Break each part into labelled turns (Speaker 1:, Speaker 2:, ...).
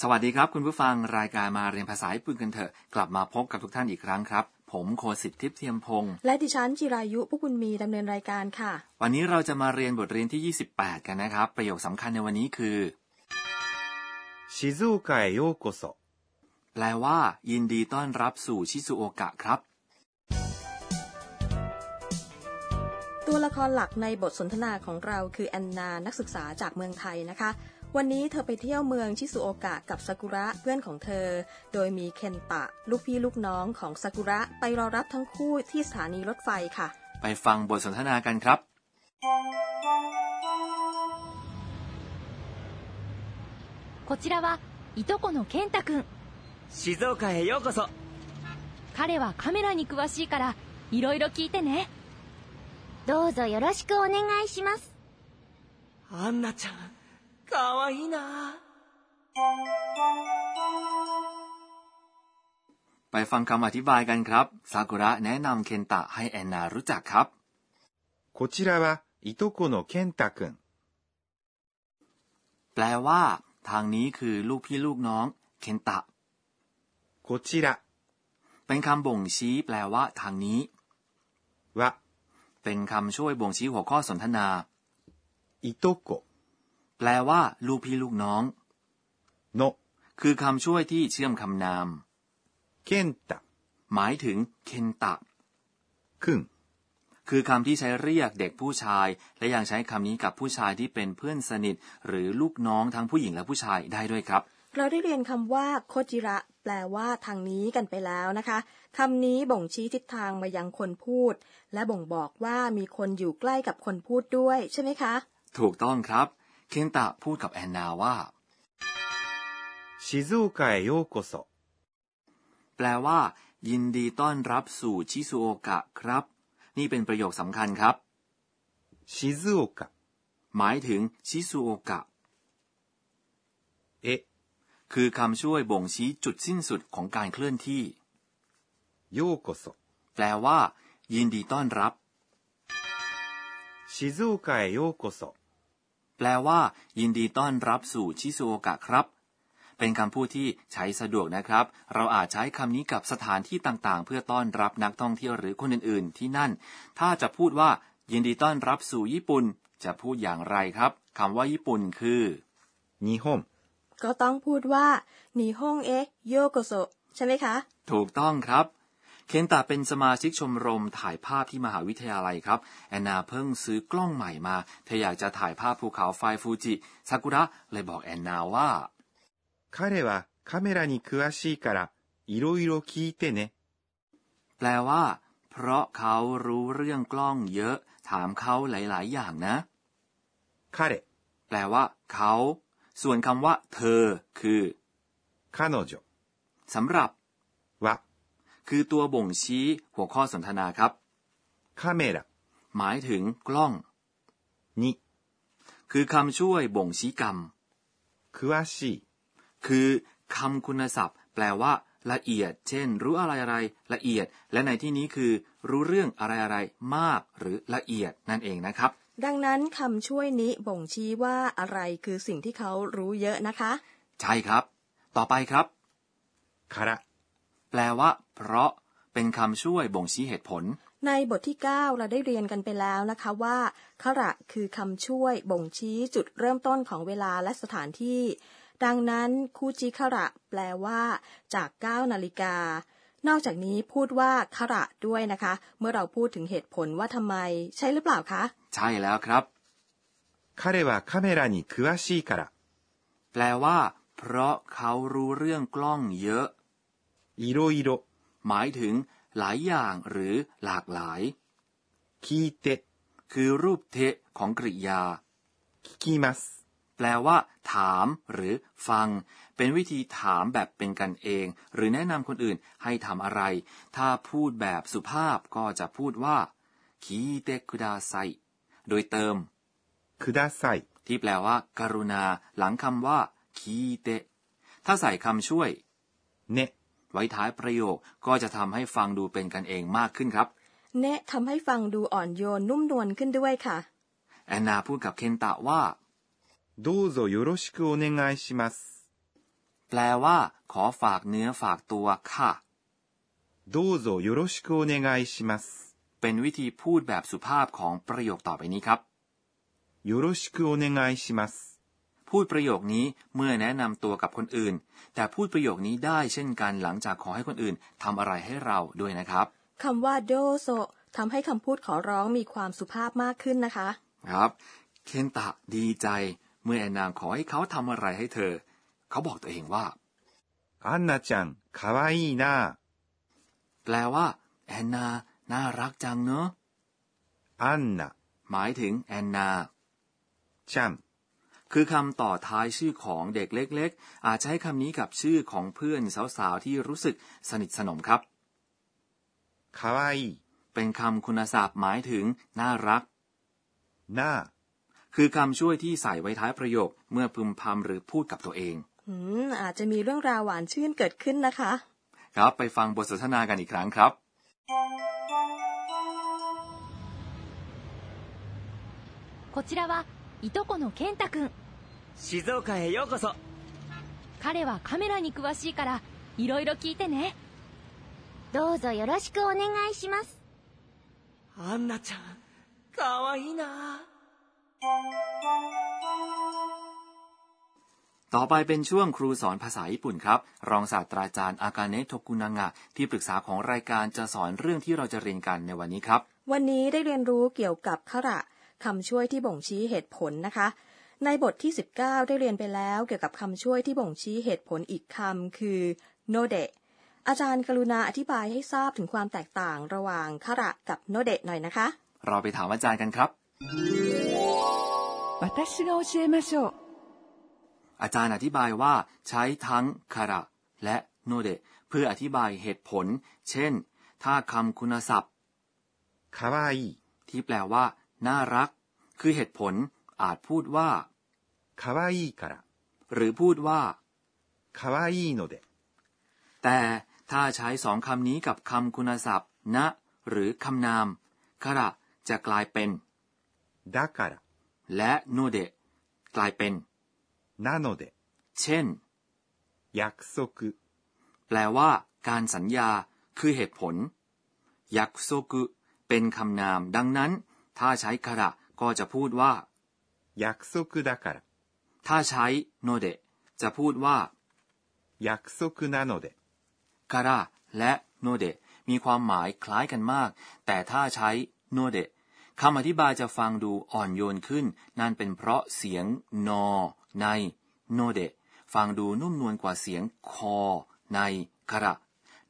Speaker 1: สวัสดีครับ คุณผู้ฟังรายการมาเรียนภาษาญี่ปุ่นกันเถอะ กลับมาพบกับทุกท่านอีกครั้งครับ ผมโคสิทธิ์ทิพย์เทียมพงศ์
Speaker 2: และดิฉันจิรายุพวกคุณมีดำเนินรายการค่ะ
Speaker 1: วันนี้เราจะมาเรียนบทเรียนที่ 28 กันนะครับ ประโยคสำคัญในวันนี้คือ
Speaker 3: 静岡へようこそ
Speaker 1: แปลว่า ยินดีต้อนรับสู่ชิซูโอกะครับ
Speaker 2: ตัวละครหลักในบทสนทนาของเราคือแอนนานักศึกษาจากเมืองไทยนะคะ วันนี้เธอไปเที่ยวเมืองชิซูโอกะกับซากุระเพื่อนของเธอ โดยมีเคนตะ ลูกพี่ลูกน้องของซากุระไปรอรับทั้งคู่ที่สถานีรถไฟค่ะ
Speaker 1: ไปฟังบทสนทนากันครับ
Speaker 4: こちらはいとこの健太君
Speaker 5: 静岡へようこそ
Speaker 4: 彼はカメラに詳しいからいろいろ聞いてねどうぞよろしくお願いします
Speaker 5: アンナちゃんかわいいな
Speaker 1: ไปฟังคำอธิบายกันครับซากุระแนะนำเคนตะให้แอนนารู้จักครับ
Speaker 3: こちらはいとこの健太くん
Speaker 1: แปลว่า ทางนี้คือลูกพี่ลูกน้องเคนตะ
Speaker 3: こちら
Speaker 1: เป็นคำบ่งชี้แปลว่า ทางนี้
Speaker 3: は
Speaker 1: เป็นคำช่วยบ่งชี้หัวข้อสนทนา
Speaker 3: いとこ
Speaker 1: แปลว่า ลูกพี่ลูกน้อง
Speaker 3: の
Speaker 1: คือคำช่วยที่เชื่อมคำนาม
Speaker 3: 健太
Speaker 1: หมายถึงเคนตะ
Speaker 3: くん
Speaker 1: คือคำที่ใช้เรียกเด็กผู้ชาย และยังใช้คำนี้กับผู้ชายที่เป็นเพื่อนสนิท หรือลูกน้องทั้งผู้หญิงและผู้ชายได้ด้วยครับ
Speaker 2: เราได้เรียนคำว่าโคจิระ แปลว่าทางนี้กันไปแล้วนะคะคำนี้บ่งชี้ทิศทางมายังคนพูด และบ่งบอกว่ามีคนอยู่ใกล้กับคนพูดด้วยใช่ไหมคะ
Speaker 1: ถูกต้องครับ เคนตะพูดกับแอนนาว่า
Speaker 3: 静岡へようこそ
Speaker 1: แปลว่า ยินดีต้อนรับสู่ชิซูโอกะครับ นี่เป็นประโยคสำคัญครับ
Speaker 3: 静岡
Speaker 1: หมายถึงชิซูโอกะ
Speaker 3: へ
Speaker 1: คือคำช่วยบ่งชี้จุดสิ้นสุดของการเคลื่อนที่
Speaker 3: ようこそ
Speaker 1: แปลว่า ยินดีต้อนรับ
Speaker 3: 静岡へようこそ
Speaker 1: แปลว่า ยินดีต้อนรับสู่ชิซูโอกะครับ เป็นคำพูดที่ใช้สะดวกนะครับ เราอาจใช้คำนี้กับสถานที่ต่างๆ เพื่อต้อนรับนักท่องเที่ยวหรือคนอื่นๆ ที่นั่น ถ้าจะพูดว่า ยินดีต้อนรับสู่ญี่ปุ่น จะพูดอย่างไรครับคำว่าญี่ปุ่นคือ
Speaker 3: 日本
Speaker 2: ก็ต้องพูดว่าหนีห้องเอ็กโยโกโซใช่ไหมคะ
Speaker 1: ถูกต้องครับ เคนตะเป็นสมาชิกชมรมถ่ายภาพที่มหาวิทยาลัยครับ แอนนาเพิ่งซื้อกล้องใหม่มา เธออยากจะถ่ายภาพภูเขาไฟฟูจิซากุระเลยบอกแอนนาว่า
Speaker 3: 彼はカメラに詳しいからいろいろ聞いてね
Speaker 1: แปลว่า เพราะเขารู้เรื่องกล้องเยอะ ถามเขาหลายๆ อย่างนะ
Speaker 3: 彼
Speaker 1: แปลว่า เขา ส่วนคำว่า เธอ คือ
Speaker 3: 彼女
Speaker 1: สำหรับ
Speaker 3: は
Speaker 1: คือตัวบ่งชี้หัวข้อสนทนาครับ
Speaker 3: カメラ
Speaker 1: หมายถึงกล้อง
Speaker 3: に
Speaker 1: คือคำช่วยบ่งชี้กรรม
Speaker 3: 詳しい
Speaker 1: คือคำคุณศัพท์ แปลว่า ละเอียด เช่น รู้อะไรอะไรละเอียด และในที่นี้คือ รู้เรื่องอะไรอะไรมาก หรือละเอียดนั่นเองนะครับ
Speaker 2: ดังนั้นคำช่วยนี้บ่งชี้ว่าอะไรคือสิ่งที่เขารู้เยอะนะคะ
Speaker 1: ใช่ครับ ต่อไปครับ
Speaker 3: から
Speaker 1: แปลว่า เพราะ เป็นคำช่วยบ่งชี้เหตุผล
Speaker 2: ในบทที่ 9 เราได้เรียนกันไปแล้วนะคะว่าขระคือคำช่วยบ่งชี้จุดเริ่มต้นของเวลาและสถานที่ ดังนั้นคูจิขระ แปลว่า จาก 9 นาฬิกา นอกจากนี้พูดว่าขระด้วยนะคะ เมื่อเราพูดถึงเหตุผลว่าทำไม ใช่หรือเปล่าคะ
Speaker 1: ใช่แล้วครับ
Speaker 3: 彼はカメラに詳しいから
Speaker 1: แปลว่า เพราะเขารู้เรื่องกล้องเยอะ
Speaker 3: いろいろ
Speaker 1: หมายถึง หลายอย่างหรือหลากหลาย
Speaker 3: 聞いて
Speaker 1: คือรูปเทะของกริยา
Speaker 3: 聞きます
Speaker 1: แปลว่า ถามหรือฟัง เป็นวิธีถามแบบเป็นกันเอง หรือแนะนำคนอื่นให้ทำอะไร ถ้าพูดแบบสุภาพก็จะพูดว่าคีเตคุดาไซโดยเติม
Speaker 3: ください
Speaker 1: ที่แปลว่า กรุณา หลังคำว่าคีเตะถ้าใส่คำช่วย
Speaker 3: ね
Speaker 1: ไว้ท้ายประโยคก็จะทำให้ฟังดูเป็นกันเองมากขึ้นครับ
Speaker 2: เนะทำให้ฟังดูอ่อนโยนนุ่มนวลขึ้นด้วยค่ะ
Speaker 1: แอนนาพูดกับเคนตะว่า
Speaker 3: どうぞよろしくお願いします
Speaker 1: แป แปลว่า ขอฝากเนื้อฝากตัวค่ะ
Speaker 3: どうぞよろしくお願いします。
Speaker 1: เป็นวิธีพูดแบบสุภาพของประโยคต่อไปนี้ครับ
Speaker 3: よろしくお願いします。
Speaker 1: พูดประโยคนี้เมื่อแนะนำตัวกับคนอื่น แต่พูดประโยคนี้ได้เช่นกันหลังจากขอให้คนอื่นทำอะไรให้เราด้วยนะครับ
Speaker 2: คำว่าโดโซทำให้คำพูดขอร้องมีความสุภาพมากขึ้นนะคะ
Speaker 1: ครับ เคนตะดีใจ เมื่อแอนนาขอให้เขาทำอะไรให้เธอ เขาบอกตัวเองว่า
Speaker 3: アンナちゃん、かわいいな
Speaker 1: แปลว่า แอนนา น่ารักจังเนอะ
Speaker 3: あ。アンナ、
Speaker 1: หมายถึงแอนนา
Speaker 3: ちゃん、
Speaker 1: คือคำต่อท้ายชื่อของเด็กเล็ก ๆ อาจใช้คำนี้กับชื่อของเพื่อนสาวๆที่รู้สึกสนิทสนมครับ
Speaker 3: かわいい
Speaker 1: เป็นคำคุณศัพท์หมายถึง น่ารัก
Speaker 3: なあ。
Speaker 1: คือคำช่วยที่ใส่ไว้ท้ายประโยค เมื่อพึมพำหรือพูดกับตัวเอง
Speaker 2: อืมอาจจะมีเรื่องราวหวานชื่นเกิดขึ้นนะคะ
Speaker 1: ครับ ไปฟังบทสนทนากันอีกครั้งครับ
Speaker 4: こちらはいとこの健太くん
Speaker 5: 静岡へようこそ
Speaker 4: 彼はカメラに詳しいからいろいろ聞いてねどうぞよろしくお願いします
Speaker 5: アンナちゃんかわいいな
Speaker 1: ต่อไปเป็นช่วงครูสอนภาษาญี่ปุ่นครับ รองศาสตราจารย์อากาเนะโทกุนางะที่ปรึกษาของรายการจะสอนเรื่องที่เราจะเรียนกันในวันนี้ครับ
Speaker 2: วันนี้ได้เรียนรู้เกี่ยวกับขระคำช่วยที่บ่งชี้เหตุผลนะคะ ในบทที่ 19 ได้เรียนไปแล้วเกี่ยวกับคำช่วยที่บ่งชี้เหตุผลอีกคำคือโนเดะอาจารย์กรุณาอธิบายให้ทราบถึงความแตกต่างระหว่างขระกับโนเดะหน่อยนะคะ
Speaker 1: เราไปถามอาจารย์กันครับ
Speaker 6: 私が教えましょう
Speaker 1: อาจารย์อธิบายว่าใช้ทั้งคาระและโนเดะเพื่ออธิบายเหตุผล เช่น ถ้าคำคุณศัพท์
Speaker 3: かわいい。
Speaker 1: ที่แปลว่า น่ารัก คือเหตุผลอาจพูดว่า
Speaker 3: かわいいから。
Speaker 1: หรือพูดว่า
Speaker 3: かわいいので。
Speaker 1: แต่ถ้าใช้สองคำนี้กับคำคุณศัพท์ นะ หรือคำนามคาระจะกลายเป็น
Speaker 3: だから。
Speaker 1: และโนเดะกลายเป็น
Speaker 3: なので。
Speaker 1: เช่น
Speaker 3: 約束。
Speaker 1: แปลว่า การสัญญา คือเหตุผล ยักโซกุเป็นคำนาม ดังนั้น ถ้าใช้คาระก็จะพูดว่า
Speaker 3: 約束だから。
Speaker 1: ถ้าใช้โนเดะจะพูดว่า
Speaker 3: 約束なので。
Speaker 1: คาระและโนเดะมีความหมายคล้ายกันมาก แต่ถ้าใช้โนเดะคำอธิบายจะฟังดูอ่อนโยนขึ้น นั่นเป็นเพราะเสียงนอในโนเดะฟังดูนุ่มนวลกว่าเสียงคอในคาระ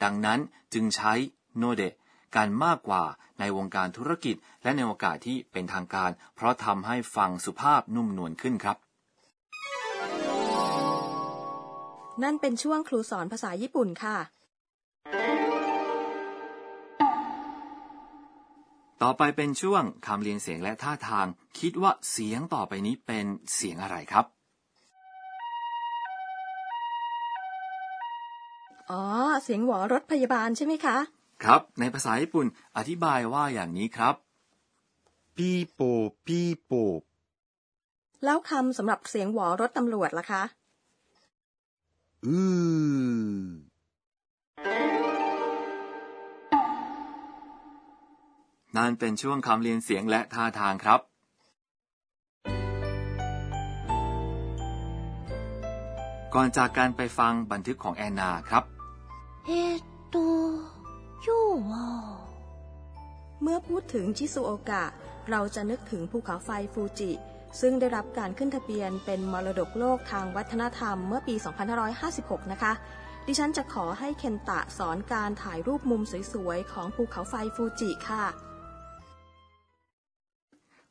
Speaker 1: ดังนั้นจึงใช้โนเดะการมากกว่าในวงการธุรกิจ และในโอกาสที่เป็นทางการ เพราะทำให้ฟังสุภาพนุ่มนวลขึ้นครับ
Speaker 2: นั่นเป็นช่วงครูสอนภาษาญี่ปุ่นค่ะ
Speaker 1: ต่อไปเป็นช่วงคำเรียนเสียงและท่าทาง คิดว่าเสียงต่อไปนี้เป็นเสียงอะไรครับ
Speaker 2: อ๋อ เสียงหวอรถพยาบาลใช่ไหมคะ
Speaker 1: ครับ ในภาษาญี่ปุ่นอธิบายว่าอย่างนี้ครับ
Speaker 3: ピーポーピーポー。
Speaker 2: แล้วคำสำหรับเสียงหวอรถตำรวจล่ะคะ
Speaker 3: うー。
Speaker 1: นั่นเป็นช่วงคำเรียนเสียงและท่าทางครับ ก่อนจากการไปฟังบันทึกของแอนนาครับ
Speaker 4: えっと今日は
Speaker 2: เมื่อพูดถึงชิซูโอกะ เราจะนึกถึงภูเขาไฟฟูจิ ซึ่งได้รับการขึ้นทะเบียนเป็นมรดกโลกทางวัฒนธรรมเมื่อปี 2556 นะคะ ดิฉันจะขอให้เคนตะสอนการถ่ายรูปมุมสวยๆ ของภูเขาไฟฟูจิค่ะ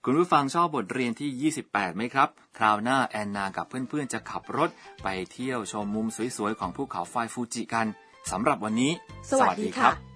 Speaker 1: คุณผู้ฟังชอบบทเรียนที่ 28 ไหมครับ คราวหน้าแอนนากับเพื่อนๆ จะขับรถไปเที่ยวชมมุมสวยๆ ของภูเขาไฟฟูจิกัน สำหรับวันนี้
Speaker 2: สวัสดีค่ะ